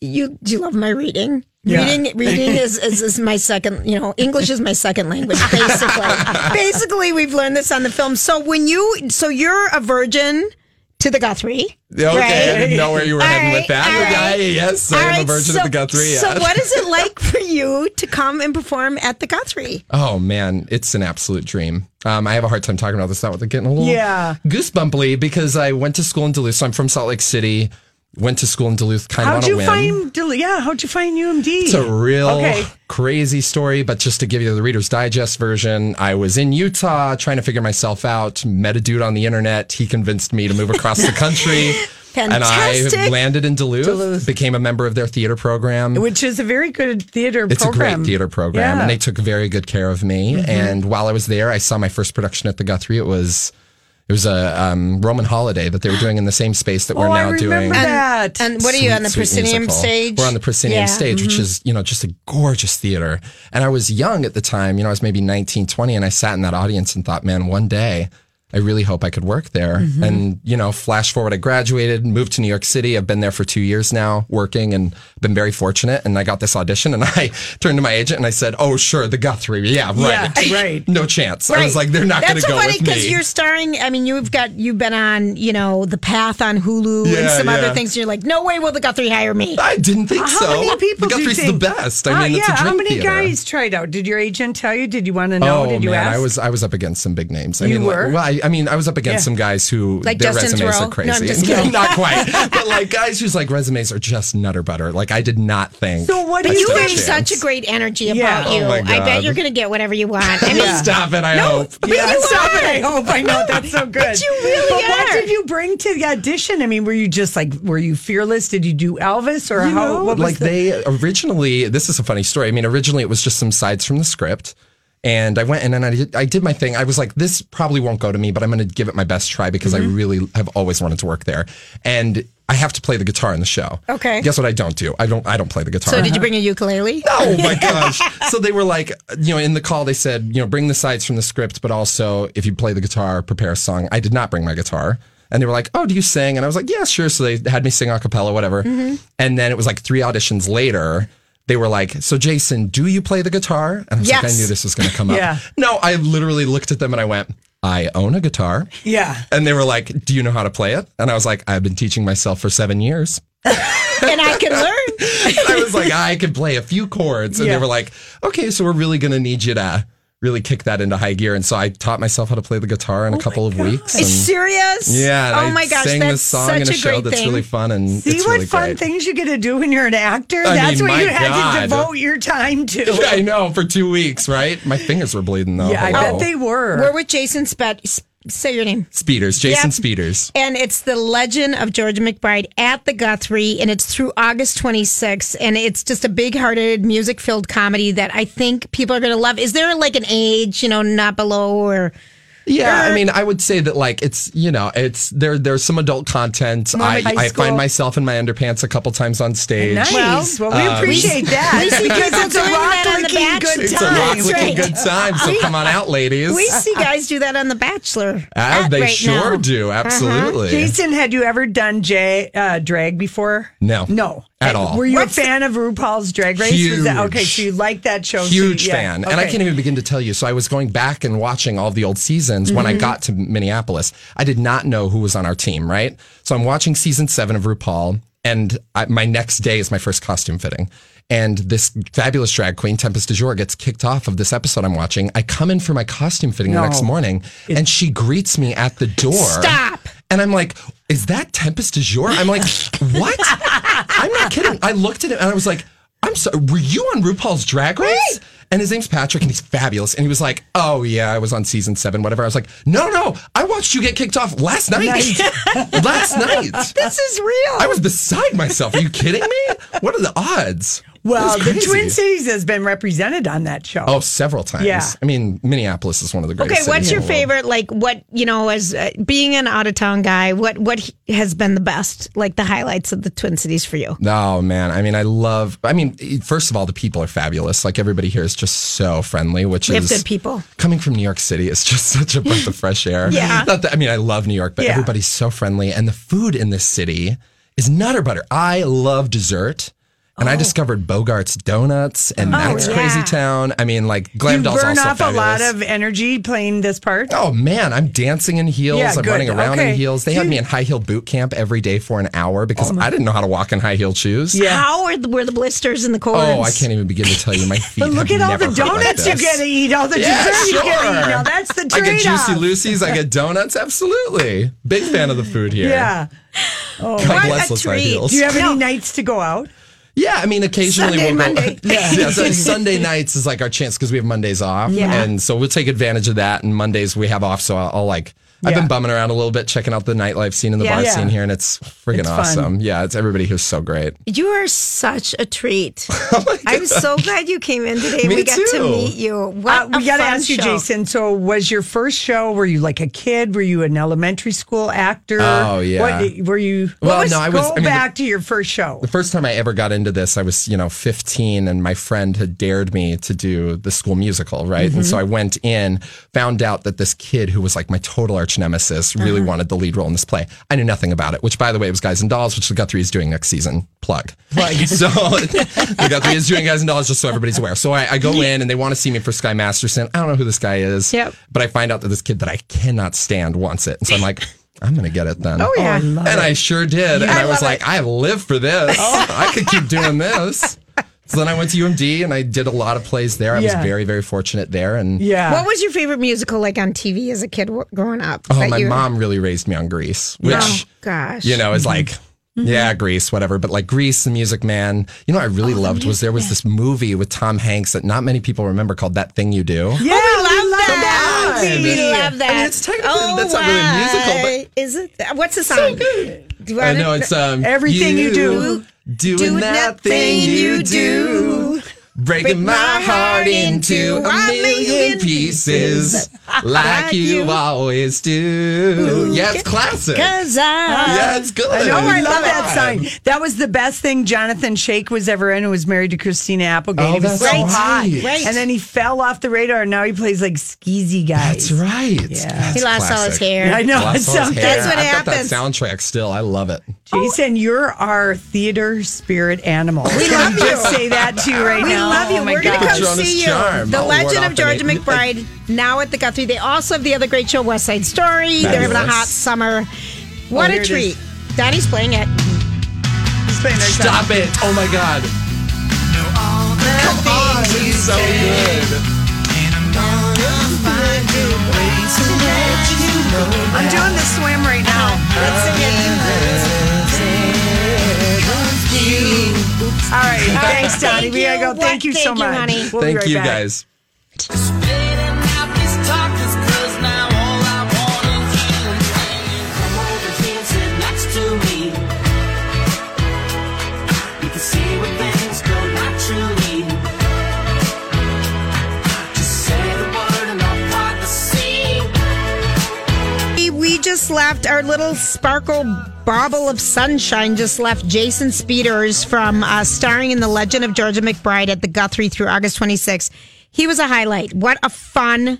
S3: You do you love my reading?
S11: Yeah.
S3: Reading
S11: <laughs>
S3: reading is, is, is my second you know, English is my second language,
S11: <laughs>
S3: basically. basically we've learned this on the film. So when you so you're a virgin to the Guthrie.
S11: Okay, I
S3: right?
S11: didn't know where you were
S3: All
S11: heading with
S3: right,
S11: that.
S3: all
S11: Yeah,
S3: right.
S11: yes, I
S3: All
S11: am a
S3: right,
S11: virgin of the Guthrie.
S3: So,
S11: yes.
S3: what is it
S11: <laughs>
S3: like for you to come and perform at the Guthrie?
S11: Oh man, it's an absolute dream. Um, I have a hard time talking about this. That with getting a little
S3: Yeah.
S11: goosebumply because I went to school in Duluth. So I'm from Salt Lake City. Went to school in Duluth, kind of
S2: How'd
S11: on a
S2: you
S11: whim.
S2: find? Dil- Yeah, how'd you find UMD?
S11: It's a real
S2: Okay.
S11: crazy story, but just to give you the Reader's Digest version, I was in Utah trying to figure myself out, met a dude on the internet. He convinced me to move across
S3: <laughs>
S11: the country. And I
S2: Fantastic.
S11: landed in Duluth,
S2: Duluth.
S11: became a member of their theater program.
S2: Which is a very good theater
S11: It's
S2: program.
S11: a great theater program,
S2: Yeah.
S11: and they took very good care of me.
S2: Mhm.
S11: And while I was there, I saw my first production at the Guthrie. It was it was a um, Roman holiday that they were doing in the same space
S2: Oh,
S11: that we're now doing.
S3: that. And, what are you
S11: Sweet,
S3: on the
S11: sweet
S3: proscenium
S11: musical.
S3: stage?
S11: We're on the proscenium
S3: Yeah.
S11: stage, which
S3: Mhm.
S2: Mm-hmm.
S11: is you know just a gorgeous theater. And I was young at the time. You know, I was maybe 19, 20, and I sat in that audience and thought, man, one day. I really hope I could work there.
S2: Mm-hmm.
S12: Mhm.
S11: And, you know, flash forward, I graduated, moved to New York City. I've been there for two years now working and been very fortunate. And I got this audition and <laughs> I turned to my agent and I said, Oh, sure, the Guthrie. Yeah, <laughs> right.
S2: Yeah, right.
S11: no chance. I was like, They're not going to
S3: That's
S11: go
S3: funny
S11: with me.
S3: because you're starring. I mean, you've got you've been on you know the Path on Hulu and
S11: Yeah,
S3: some
S11: yeah.
S3: other things. you're like, no way will the Guthrie hire me.
S11: I didn't think
S2: How many people
S11: the
S2: do you
S11: Guthrie's
S2: think?
S11: the best. I
S2: Ah,
S11: mean,
S2: yeah.
S11: it's a
S2: how
S11: drink
S2: many
S11: theater.
S2: guys tried out? Did your agent tell you? Did you want to know?
S11: oh
S2: Did you
S11: man,
S2: ask? <laughs>
S11: I was <laughs> I was up against some big names. I
S2: You
S11: mean,
S2: were?
S11: like, well, I, I mean, I was up against
S2: Yeah.
S11: some guys who
S2: Like
S11: their
S2: Justin
S11: resumes
S2: Theroux?
S11: are
S2: No, I'm
S11: crazy. <laughs>
S2: just kidding.
S11: not quite,
S2: <laughs>
S11: but like guys whose like resumes are just nutter butter. Like I did not think.
S3: But
S11: I
S3: you
S11: stood a
S3: have
S11: chance.
S3: such a great energy
S11: Yeah.
S3: about you.
S11: Oh, my
S3: I bet
S11: God.
S3: you're going to get whatever you
S11: <laughs>
S3: want. I mean,
S11: Stop it! I hope.
S3: but you
S2: stop
S3: are.
S2: it. I hope I know that's
S11: <laughs>
S2: so good.
S3: But you really
S2: But what
S3: are.
S2: did you bring to the audition? I mean, were you just like, were you fearless? Did you do Elvis or how? what was
S11: like
S2: the-
S11: they originally this is a funny story i mean originally it was just some sides from the script and i went in and i did, I did my thing i was like this probably won't go to me but i'm going to give it my best try because
S2: Mm-hmm.
S11: i really have always wanted to work there and i have to play the guitar in the show
S3: Okay.
S11: guess what i don't do i don't i don't play the guitar
S3: So did you bring a ukulele?
S11: Oh my gosh. So they were like, you know, in the call, they said, you know, bring the sides from the script, but also if you play the guitar, prepare a song. I did not bring my guitar. And they were like, oh, do you sing? And I was like, yeah, sure. So they had me sing a cappella, whatever.
S12: Mhm.
S11: And then it was like three auditions later. They were like, so Jason, do you play the guitar? And I was like, I
S12: Yes.
S11: knew this was going to come up.
S12: <laughs> Yeah.
S11: No, I literally looked at them and I went, I own a guitar.
S2: Yeah.
S11: And they were like, do you know how to play it? And I was like, I've been teaching myself for seven years.
S3: <laughs> and I can learn.
S11: <laughs> I was like, I can play a few chords. And
S3: Yeah.
S11: they were like, okay, so we're really going to need you to really kick that into high gear. And so I taught myself how to play the guitar
S3: Oh
S11: in a couple of weeks.
S3: It's
S11: and-
S3: serious.
S11: Mm. Yeah. and
S3: Oh
S11: I
S3: my gosh,
S11: sang
S3: that's
S11: this song
S3: such
S11: in a,
S3: a
S11: show
S3: great
S11: that's
S3: thing.
S11: really fun. And
S2: See
S11: it's
S2: what
S11: really
S2: fun
S11: great.
S2: things you get to do when you're an actor?
S11: I
S2: That's
S11: mean,
S2: what you
S11: my
S2: had to
S11: God.
S2: devote your time to.
S11: <laughs> Yeah, <laughs> I know for two weeks, right? My fingers were bleeding though. Hello.
S2: were.
S3: We're with Jason Sped. S- Say your name.
S11: Speeders, Jason
S3: Yep.
S11: Speeders.
S3: And it's the legend of George McBride at the Guthrie, and it's through August 26th. And it's just a big hearted, music filled comedy that I think people are going to love. Is there like an age, you know, not below or.
S11: Yeah,
S3: or-
S11: I mean, I would say that like it's you know it's there. There's some adult content.
S3: Mom,
S11: I,
S3: high
S11: I
S3: school.
S11: find myself in my underpants a couple times on stage.
S2: Nice. Well, we
S11: Um,
S2: appreciate that.
S3: we see
S2: because
S3: people
S2: it's a
S3: doing that on
S2: rock
S3: The
S2: licking good
S11: It's a
S2: time.
S11: rock looking good time. So
S3: We-
S11: come on out, ladies.
S3: We see guys do that on The Bachelor.
S11: Ah,
S3: at
S11: they
S3: right
S11: sure
S3: now. Uh-huh.
S11: do. Absolutely.
S2: Jason, had you ever done j- uh, drag before?
S11: No.
S2: No.
S11: At all.
S2: Were you a fan of RuPaul's Drag Race? Was that- okay,
S11: Huge.
S2: so you like that show. so
S11: Huge
S2: you- yeah,
S11: fan. And I
S2: okay.
S11: can't even begin to tell you. So I was going back and watching all the old seasons when I
S2: Mhm.
S11: got to Minneapolis. I did not know who was on our team, right? So I'm watching season seven of RuPaul, and I, my next day is my first costume fitting. And this fabulous drag queen, Tempest du Jour, gets kicked off of this episode I'm watching. I come in for my costume fitting
S12: No.
S11: the next morning, and she greets me at the door.
S12: Stop.
S11: And I'm like, is that Tempest du Jour?
S3: <laughs>
S11: I'm like, what? I'm not kidding. I looked at him and I was like, I'm sorry, were you on RuPaul's Drag Race? And his name's Patrick and he's fabulous. And he was like, oh yeah, I was on season seven, whatever. I was like, no, no, I watched you get kicked off last night. <laughs> last night.
S3: This is real.
S11: I was beside myself. Are you kidding me? What are the odds?
S2: Well,
S11: It's
S2: the
S11: crazy.
S2: Twin Cities has been represented on that show.
S11: Oh, several times.
S2: Yeah.
S11: I mean, Minneapolis is one of the greatest.
S3: Okay, what's
S11: cities in
S3: your
S11: the world.
S3: favorite? Like, what you know, as uh, being an out of town guy, what what he- has been the best? Like the highlights of the Twin Cities for you?
S11: Oh man, I mean, I love. I mean, first of all, the people are fabulous. Like everybody here is just so friendly, which
S3: We have
S11: is
S3: good people.
S11: Coming from New York City is just <laughs> such a breath of fresh air.
S3: Yeah.
S11: Not that, I mean, I love New York, but
S3: Yeah.
S11: everybody's so friendly, and the food in this city is nutter butter. I love dessert. And I discovered Bogart's Donuts and
S2: Oh,
S11: that's
S2: really?
S11: Crazy
S2: Yeah.
S11: Town. I mean, like
S2: You
S11: Glamdol's
S2: burn
S11: also
S2: off a lot
S11: fabulous.
S2: of energy playing this part.
S11: Oh man, I'm dancing in heels.
S2: Yeah,
S11: I'm
S2: good.
S11: running around
S2: Okay. Oh
S11: in heels. They had me in high heel boot camp every day for an hour because I didn't know how to walk in high heel shoes.
S3: How were the, were the blisters in the corns?
S11: Oh, I can't even begin to tell Oh, you. My feet.
S3: But look
S11: have
S3: at all
S11: never
S3: the
S11: hurt like
S3: donuts you
S11: this.
S2: get to eat, all the
S11: Yeah,
S2: dessert you get to eat.
S11: sure.
S2: Now that's the
S11: I
S2: trade
S11: get juicy
S2: off.
S11: Lucy's. I get donuts. Absolutely, big fan of the food here.
S2: Yeah. Oh,
S11: God What bless a those high treat. heels.
S2: Do you have any nights to go out?
S11: Yeah, I mean, occasionally
S2: Sunday,
S11: we'll go.
S2: Monday.
S11: <laughs> yeah, so Sunday nights is like our chance because we have Mondays off,
S2: Yeah.
S11: and so we'll take advantage of that. And Mondays we have off, so I'll, I'll like. I've
S2: Yeah.
S11: been bumming around a little bit, checking out the nightlife scene and the
S3: Yeah.
S11: bar
S3: Yeah.
S11: scene here, and it's friggin'
S3: It's fun.
S11: awesome. Yeah, it's everybody here's so great.
S3: You are such a
S11: <laughs>
S3: treat.
S11: Oh
S3: I'm so glad you came in today.
S2: Me
S3: we got to
S2: too.
S3: meet you. What
S2: Uh,
S11: Uh,
S2: we
S3: a
S2: gotta
S3: fun
S2: ask you,
S3: show.
S2: Jason. So, was your first show? Were you like a kid? Were you an elementary school actor?
S11: Oh, yeah.
S2: What, were you?
S11: Well,
S2: what was,
S11: no, I was-
S2: Go
S11: I mean, the- Oh,
S2: back to your first show.
S11: The first time I ever got into this, I was, you know, 15 and my friend had dared me to do the school musical, right? And so
S12: Mhm.
S11: I went in, found out that this kid who was like my total arch nemesis really
S12: Uh-huh.
S11: wanted the lead role in this play. I knew nothing about it, which by the way, it was Guys and Dolls, which the Guthrie is doing next season. Plug. Plug. <laughs> so the Guthrie is doing Guys and Dolls just so everybody's aware. So I, I go in and they want to see me for Sky Masterson. I don't know who this guy is,
S12: Yep.
S11: but I find out that this kid that I cannot stand wants it. And so I'm like, I'm going to get it then.
S12: Oh, yeah. Oh, I love
S11: and
S12: it.
S11: I sure did.
S12: Yeah.
S11: and
S12: I
S11: I
S12: love
S11: was
S12: Oh.
S11: like, I live for this. I could keep doing
S12: <laughs>
S11: this. So then I went to UMD and I did a lot of plays there. I
S3: Yeah.
S11: was very, very fortunate there. And
S3: What was your favorite musical like on TV as a kid w- growing up?
S11: Oh,
S3: that
S11: my
S3: you-
S11: mom really raised me on Grease, which,
S3: Oh, gosh.
S11: you
S12: Mm-hmm.
S11: know, is like, yeah, Grease, whatever. But like Grease, the Music Man. You know, what I really
S3: Oh,
S11: loved was there was this movie with Tom Hanks that not many people remember called That Thing You Do.
S3: Yeah, oh, we love that.
S11: on.
S3: We love that. Oh,
S11: I mean, it's technically- that's not really a musical, but-
S3: is it? What's the song? Do you
S11: I
S3: wanna-
S11: know it's um, doing that thing you do, breaking my heart into a million pieces, <laughs> like you always do. Yeah, it's classic.
S2: Cause
S11: I- Yeah, it's good.
S2: I know. I
S11: Come
S2: love that
S11: on.
S2: sign. That was the best thing Jonathan Shake was ever in. Who was married to Christina Applegate.
S11: Oh,
S2: he was
S11: that's
S2: so
S11: right.
S2: hot.
S11: Right.
S2: And then he fell off the radar. and Now he plays like skeezy guys. That's
S11: right.
S2: Yeah.
S3: He lost all his hair.
S2: I know.
S11: Lost
S2: it's
S11: all his
S2: something.
S11: hair. I've got that soundtrack still. I love it.
S2: Jason, you're our theater spirit animal. We love just say that to you right
S3: we
S2: now.
S3: love you.
S2: Oh my
S3: We're going to
S2: God.
S3: come see you.
S11: charm.
S3: The
S11: I'll ward
S3: Legend
S11: off
S3: of
S11: the
S3: Georgia
S11: name.
S3: McBride now at the Guthrie. They also have the other great show, West Side Story. They're having a
S11: Fabulous.
S3: hot summer. What
S11: Oh, here
S3: a
S11: it
S3: treat. Donnie's playing it.
S2: He's playing
S11: Stop it. Oh my God. Come on. This is so good.
S2: I'm doing the swim right now. Let's sing it. All right. Thanks, Donnie. We gotta go. Thank you so much. We'll be
S11: Thank
S2: right
S11: you,
S2: back.
S11: guys.
S3: We just left our little sparkle bauble of sunshine. Just left Jason Speeders from uh, starring in The Legend of Georgia McBride at the Guthrie through August 26th. He was a highlight. What a fun,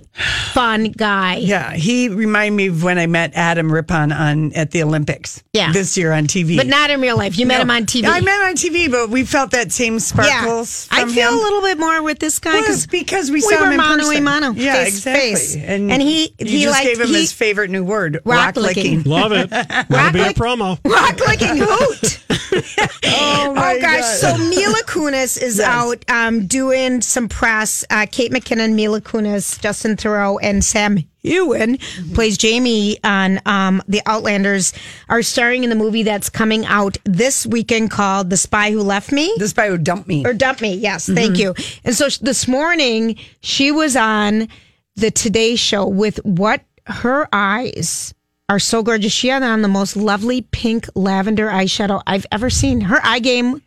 S3: fun guy.
S2: Yeah, he reminded me of when I met Adam Rippon on at the Olympics.
S3: Yeah.
S2: this year on TV,
S3: But not in real life. You met him on TV.
S2: I met him on TV, but we felt that same sparkles.
S3: I
S2: from
S3: feel
S2: him.
S3: a little bit more with this guy
S2: Well, because we,
S3: we
S2: saw
S3: were
S2: him in
S3: mano a
S2: person.
S3: mano,
S2: Yeah,
S3: face to
S2: exactly.
S3: face.
S2: And,
S3: And he-
S2: you
S3: he
S2: just
S3: liked-
S2: gave him
S3: he-
S2: his favorite new word,
S3: Rock licking.
S1: Love it. That'll
S3: Rock
S1: be a
S3: lick-
S1: promo.
S3: <laughs> Rock licking hoot.
S2: <laughs> oh,
S3: Oh gosh! So Mila Kunis is out um, doing some press. Uh, Kate McKinnon, Mila Kunis, Justin Thoreau, and Sam Ewan plays Jamie on um, The Outlanders. Are starring in the movie that's coming out this weekend called The Spy Who Left Me.
S2: The Spy Who Dumped Me.
S3: Or Dumped Me. Yes, thank
S1: Mm-hmm.
S3: you. And so sh- this morning she was on the Today Show with what her eyes. Are so gorgeous. She had on the most lovely pink lavender eyeshadow I've ever seen. Her eye game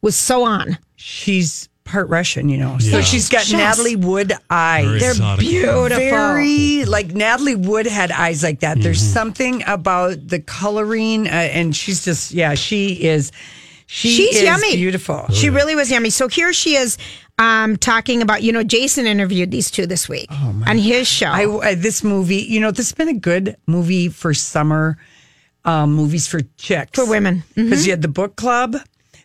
S3: was so on.
S2: she's part Russian, you know. So
S1: Yeah.
S2: she's got
S1: Yes.
S2: Natalie Wood eyes.
S1: Very They're exotic. beautiful.
S2: Very like Natalie Wood had eyes like that. There's
S1: Mm-hmm.
S2: something about the coloring, uh, and she's just yeah, she is. She
S3: She's
S2: is
S3: yummy.
S2: Beautiful.
S1: Oh,
S3: She really was yummy. So here she is um, talking about, you know, Jason interviewed these two this week
S1: Oh,
S3: on his show.
S2: I, I this movie, you know, this has been a good movie for summer um, movies for chicks
S3: For women. Mm-hmm.
S2: because you had the book club,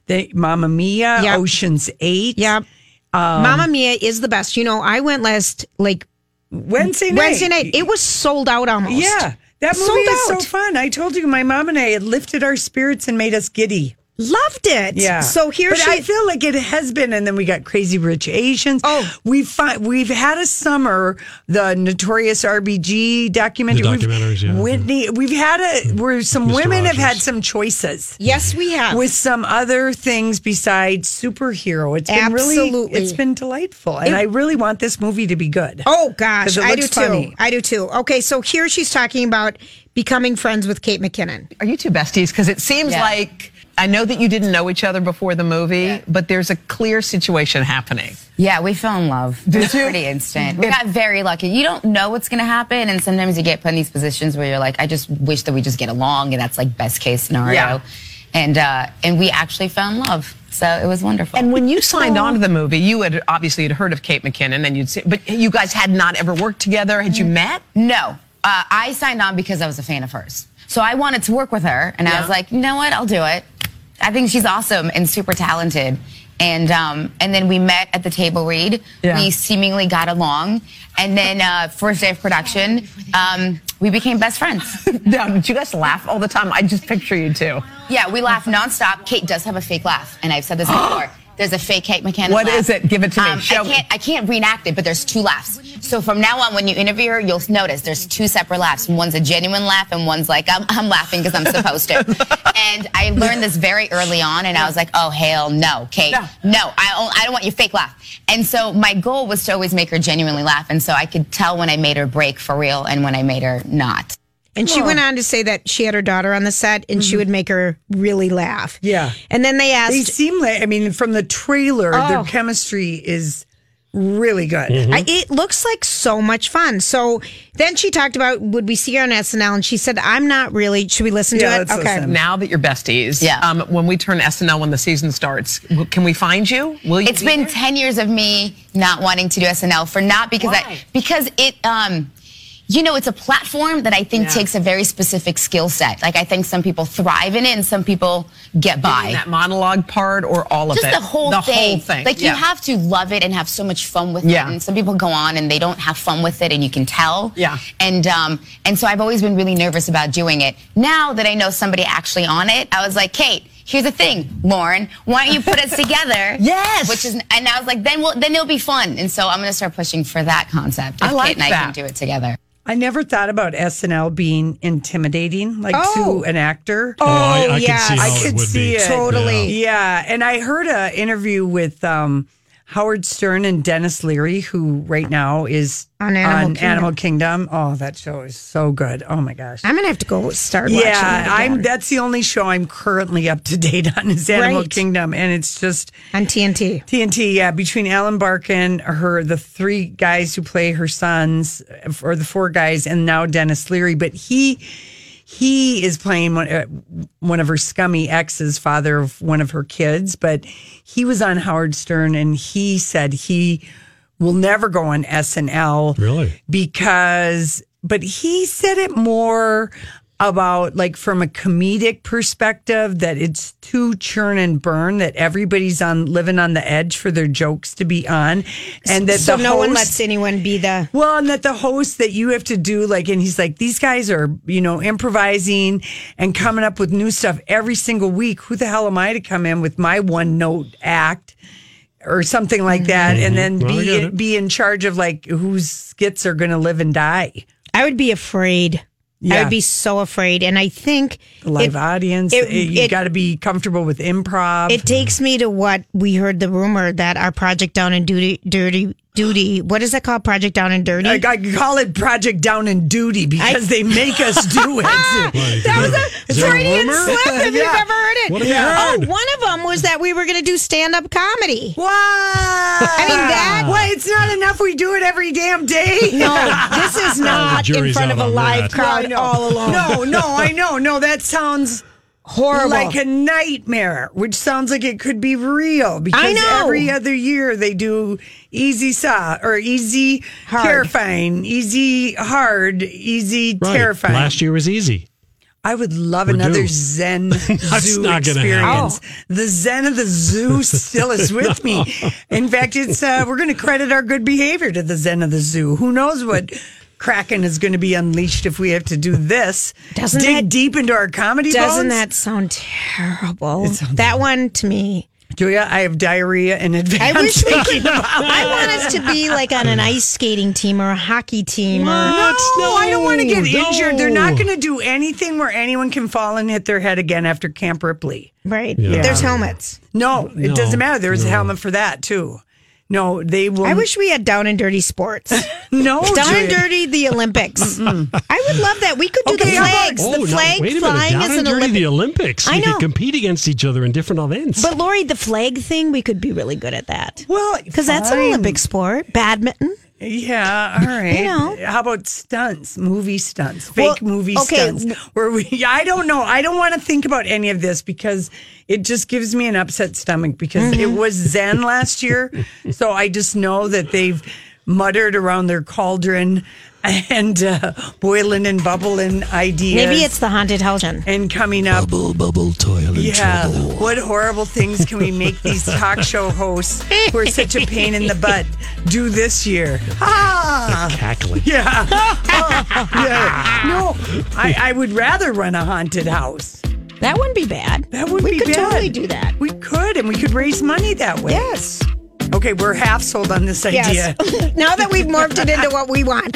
S2: the Mamma Mia,
S3: Yep.
S2: Ocean's Eight.
S3: Yep.
S2: Um,
S3: Mamma Mia is the best. You know, I went last like
S2: Wednesday night.
S3: Wednesday night. It was sold out almost.
S2: Yeah. That movie
S3: Sold
S2: is so
S3: out.
S2: fun. I told you, my mom and I, it lifted our spirits and made us giddy.
S3: Loved it.
S2: Yeah.
S3: So here
S2: but
S3: she
S2: I feel like it has been, and then we got Crazy Rich Asians. Oh, we find we've had a summer. The notorious RBG documentary.
S1: The
S2: We've-
S1: documentaries, yeah.
S2: Whitney. We've had a where some
S1: Mr.
S2: women have had
S1: Rogers.
S2: some choices.
S3: Yes, we have.
S2: With some other things besides superhero, it's been really
S3: Absolutely.
S2: it's been delightful, and
S3: It-
S2: I really want this movie to be good.
S3: Oh
S2: 'Cause
S3: gosh,
S2: it
S3: I do
S2: looks funny.
S3: too. I do too. Okay, so here she's talking about becoming friends with Kate McKinnon.
S12: Are you two besties? Because it seems like I know that you didn't know each other before the movie, but there's a clear situation happening.
S13: Yeah, we fell in love. It was Pretty instant. We got very lucky. You don't know what's going to happen. And sometimes you get put in these positions where you're like, I just wish that we just get along. And that's like best case scenario.
S12: Yeah.
S13: And, uh, and we actually found love. So it was wonderful.
S12: And when you signed on to the movie, you had obviously had heard of Kate McKinnon, and you'd seen, but you guys had not ever worked together. Had you met?
S13: No, uh, I signed on because I was a fan of hers. So I wanted to work with her, and I was like, you know what? I'll do it. I think she's awesome and super talented. And um, and then we met at the table read.
S14: Yeah.
S13: We seemingly got along, and then uh, first day of production, um, we became best friends.
S12: <laughs> no, did you guys laugh all the time? I just picture you two.
S13: Yeah, we laugh nonstop. Kate does have a fake laugh, and I've
S12: <gasps>
S13: said this before. There's a fake Kate McKenna.
S12: What
S13: What
S12: is
S13: is
S12: it? Give it to me. Show
S13: Um, I
S12: me.
S13: can't, I can't reenact it, but there's two laughs. So from now on, when you interview her, you'll notice there's two separate laughs. One's a genuine laugh, and one's like, I'm, I'm laughing because I'm supposed
S12: <laughs>
S13: to. and I learned this very early on, and I was like, oh, hell no, Kate. No, I, don't- I don't want your fake laugh. And so my goal was to always make her genuinely laugh, and so I could tell when I made her break for real and when I made her not.
S3: And she went on to say that she had her daughter on the set and she would make her really laugh.
S2: Mm-hmm. Yeah.
S3: And then they asked
S2: They seem like, I mean, from the trailer, their
S3: Oh.
S2: chemistry is really good.
S12: Mm-hmm.
S3: I, it looks like so much fun. So then she talked about would we see her on SNL, and she said, "I'm not really. Should we listen to it?
S12: Now that you're besties, yeah. um, when we turn SNL when the season starts, w- can we find you? Will you?
S13: It's been 10 years of me not wanting to do SNL for not because I because it um you know it's a platform that I think
S12: Yeah.
S13: takes a very specific skill set. Like I think some people thrive in it and some people get by.
S12: that monologue part or all of
S13: Just
S12: it?
S13: the whole
S12: the
S13: thing.
S12: whole thing.
S13: Like
S12: yeah.
S13: you have to love it and have so much fun with
S12: Yeah.
S13: it. And some people go on and they don't have fun with it, and you can tell.
S12: Yeah.
S13: And um and so I've always been really nervous about doing it. Now that I know somebody actually on it, I was like, Kate. Here's the thing, Lauren. Why don't you put us together? yes. Which is, and I was like, then we'll, then it'll be fun. And so I'm going to start pushing for that concept. If
S2: I like
S13: Kate and I can
S2: that.
S13: do it together.
S2: I never thought about SNL being intimidating, like
S13: Oh.
S2: to an actor.
S1: Oh, I- I Oh, can see yes. how
S2: I
S1: it
S2: could
S1: would
S2: see
S1: be.
S2: it.
S1: Totally.
S2: Yeah. And I heard an interview with um, Howard Stern and Dennis Leary, who right now is
S3: On Animal Kingdom.
S2: Animal Kingdom. Oh, that show is so good. Oh, my gosh.
S3: I'm gonna have to go start.
S2: yeah,
S3: watching it
S2: I'm.
S3: again.
S2: That's the only show I'm currently up to date on is Animal
S3: Right.
S2: Kingdom, and it's just
S3: on TNT.
S2: TNT, yeah. Between Alan Barkin, her, the three guys who play her sons, or the four guys, and now Dennis Leary, but he he is playing one, uh, one of her scummy exes, father of one of her kids. But he was on Howard Stern, and he said he will never go on SNL
S1: Really?
S2: because but he said it more about like from a comedic perspective that it's too churn and burn that everybody's on living on the edge for their jokes to be on and that
S3: so
S2: the
S3: no one
S2: host-
S3: lets anyone be the.
S2: well, and that the host that you have to do like, and he's like, these guys are, you know, improvising and coming up with new stuff every single week. Who the hell am I to come in with my one note act or something like that, and then
S3: Mhm. Well, I
S2: be
S3: get it.
S2: be in charge of like whose skits are going to live and die?
S3: I would be afraid. I
S2: Yeah.
S3: would be so afraid, and I think
S2: The live
S3: it-
S2: audience,
S3: it-
S2: you
S3: it-
S2: got to be comfortable with improv.
S3: It takes me to what we heard the rumor that our project down in Duty, Dirty duty. What is that called? Project Down and Dirty?
S2: I, I call it Project Down and Duty because they make us
S3: <laughs>
S2: do it.
S3: Ah, that was a
S2: Is there a
S3: Freudian
S2: rumor?
S3: slip if
S2: Yeah.
S3: you've ever heard it.
S2: What have you heard?
S3: Oh, one of them was that we were going to do stand up comedy.
S2: Wow. I
S3: mean, that-
S2: Why, it's not enough we do it every damn day?
S3: No, this
S2: <laughs>
S3: is
S2: No,
S3: not in
S1: jury's
S3: front
S1: out
S3: of a
S1: on
S3: live
S1: that.
S3: crowd
S2: No, I know.
S3: all alone.
S2: No, no, I know. No, that sounds
S3: Horrible.
S2: Like a nightmare, which sounds like it could be real because
S3: know.
S2: every other year they do easy saw or easy
S3: Hard.
S2: terrifying, easy hard, easy
S1: Right.
S2: terrifying.
S1: Last year was easy.
S2: I would love
S1: We're
S2: another
S1: due. <laughs>
S2: Zen
S1: That's
S2: zoo
S1: not gonna happen.
S2: experience. The Zen of
S1: <laughs>
S2: the zoo still is with me. In fact, it's uh, we're going to credit our good behavior to the Zen of the zoo. Who knows what kraken is going to be unleashed if we have to do this?
S3: Doesn't
S2: dig
S3: that-
S2: deep into our comedy?
S3: Doesn't
S2: bones?
S3: that sound terrible? That one to me.
S2: Julia? I have diarrhea in advance.
S3: I wish we
S2: <laughs> thinking
S3: could.
S2: about
S3: I want us to be like on an ice skating team or a hockey team. Or,
S2: No, I don't want to get
S1: No.
S2: injured. They're not going to do anything where anyone can fall and hit their head again after Camp Ripley.
S3: right.
S1: Yeah.
S3: There's helmets.
S2: No, it
S1: No,
S2: doesn't matter. There was
S1: no.
S2: a helmet for that too. No, they will.
S3: I wish we had down and dirty sports.
S2: no
S3: down and
S2: Julia.
S3: dirty the Olympics. I would love that. We could do
S2: Okay,
S3: the
S2: how about-
S3: flags.
S1: no,
S3: the flag
S1: Oh, wait a minute.
S3: flying
S1: Down
S3: is
S1: and
S3: an
S1: dirty
S3: Olympic.
S1: the Olympics.
S3: I
S1: We
S3: know.
S1: could compete against each other in different events.
S3: But Lori, the flag thing, we could be really good at that.
S2: Well,
S3: Because that's an
S2: fine.
S3: Olympic sport. Badminton.
S2: Yeah, all right.
S3: know.
S2: How about stunts, movie stunts,
S3: Well,
S2: fake movie
S3: okay, w-
S2: stunts? Where we, I don't know. I don't want to think about any of this because it just gives me an upset stomach because
S3: Mm-hmm.
S2: it was Zen
S3: <laughs>
S2: last year. so I just know that they've muttered around their cauldron <laughs> and uh, boiling and bubbling ideas.
S3: Maybe it's the haunted house. then.
S2: and coming up.
S1: bubble, bubble, toil and
S2: Yeah.
S1: trouble.
S2: What horrible things can we make these talk show hosts who are such a pain in the butt do this year? Ah!
S1: Cackling.
S3: <laughs>
S2: Yeah. <laughs> yeah. No, I, I would rather run a haunted house.
S3: That wouldn't be bad.
S2: That would
S3: we
S2: be
S3: could
S2: bad.
S3: totally do that.
S2: We could, and we could raise money that way.
S3: Yes.
S2: Okay, we're half sold on this idea.
S3: <laughs> Yes. now that we've morphed it into what we want.